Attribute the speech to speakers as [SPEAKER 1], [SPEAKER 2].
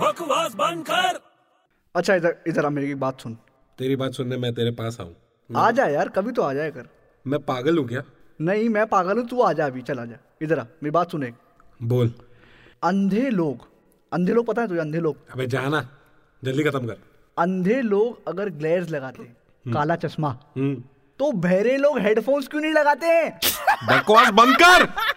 [SPEAKER 1] बकवास बंद कर
[SPEAKER 2] अच्छा इधर इधर आ मेरी एक बात सुन
[SPEAKER 3] तेरी बात सुनने मैं तेरे पास आऊँ
[SPEAKER 2] आ जा यार कभी तो आ जाया कर
[SPEAKER 3] मैं पागल हूँ क्या
[SPEAKER 2] नहीं मैं पागल हूँ तू आ जा अभी चल आ जा इधर आ मेरी बात सुने
[SPEAKER 3] बोल
[SPEAKER 2] अंधे लोग अंधे लोग पता है तुझे अंधे लोग
[SPEAKER 3] अबे जाना जल्दी खत्म कर
[SPEAKER 2] अंधे लोग अगर ग्लेयर्स लगाते हैं काला चश्मा
[SPEAKER 3] हम्म
[SPEAKER 2] तो बहरे लोग हेडफोन्स क्यों नहीं लगाते हैं
[SPEAKER 3] बकवास बंद कर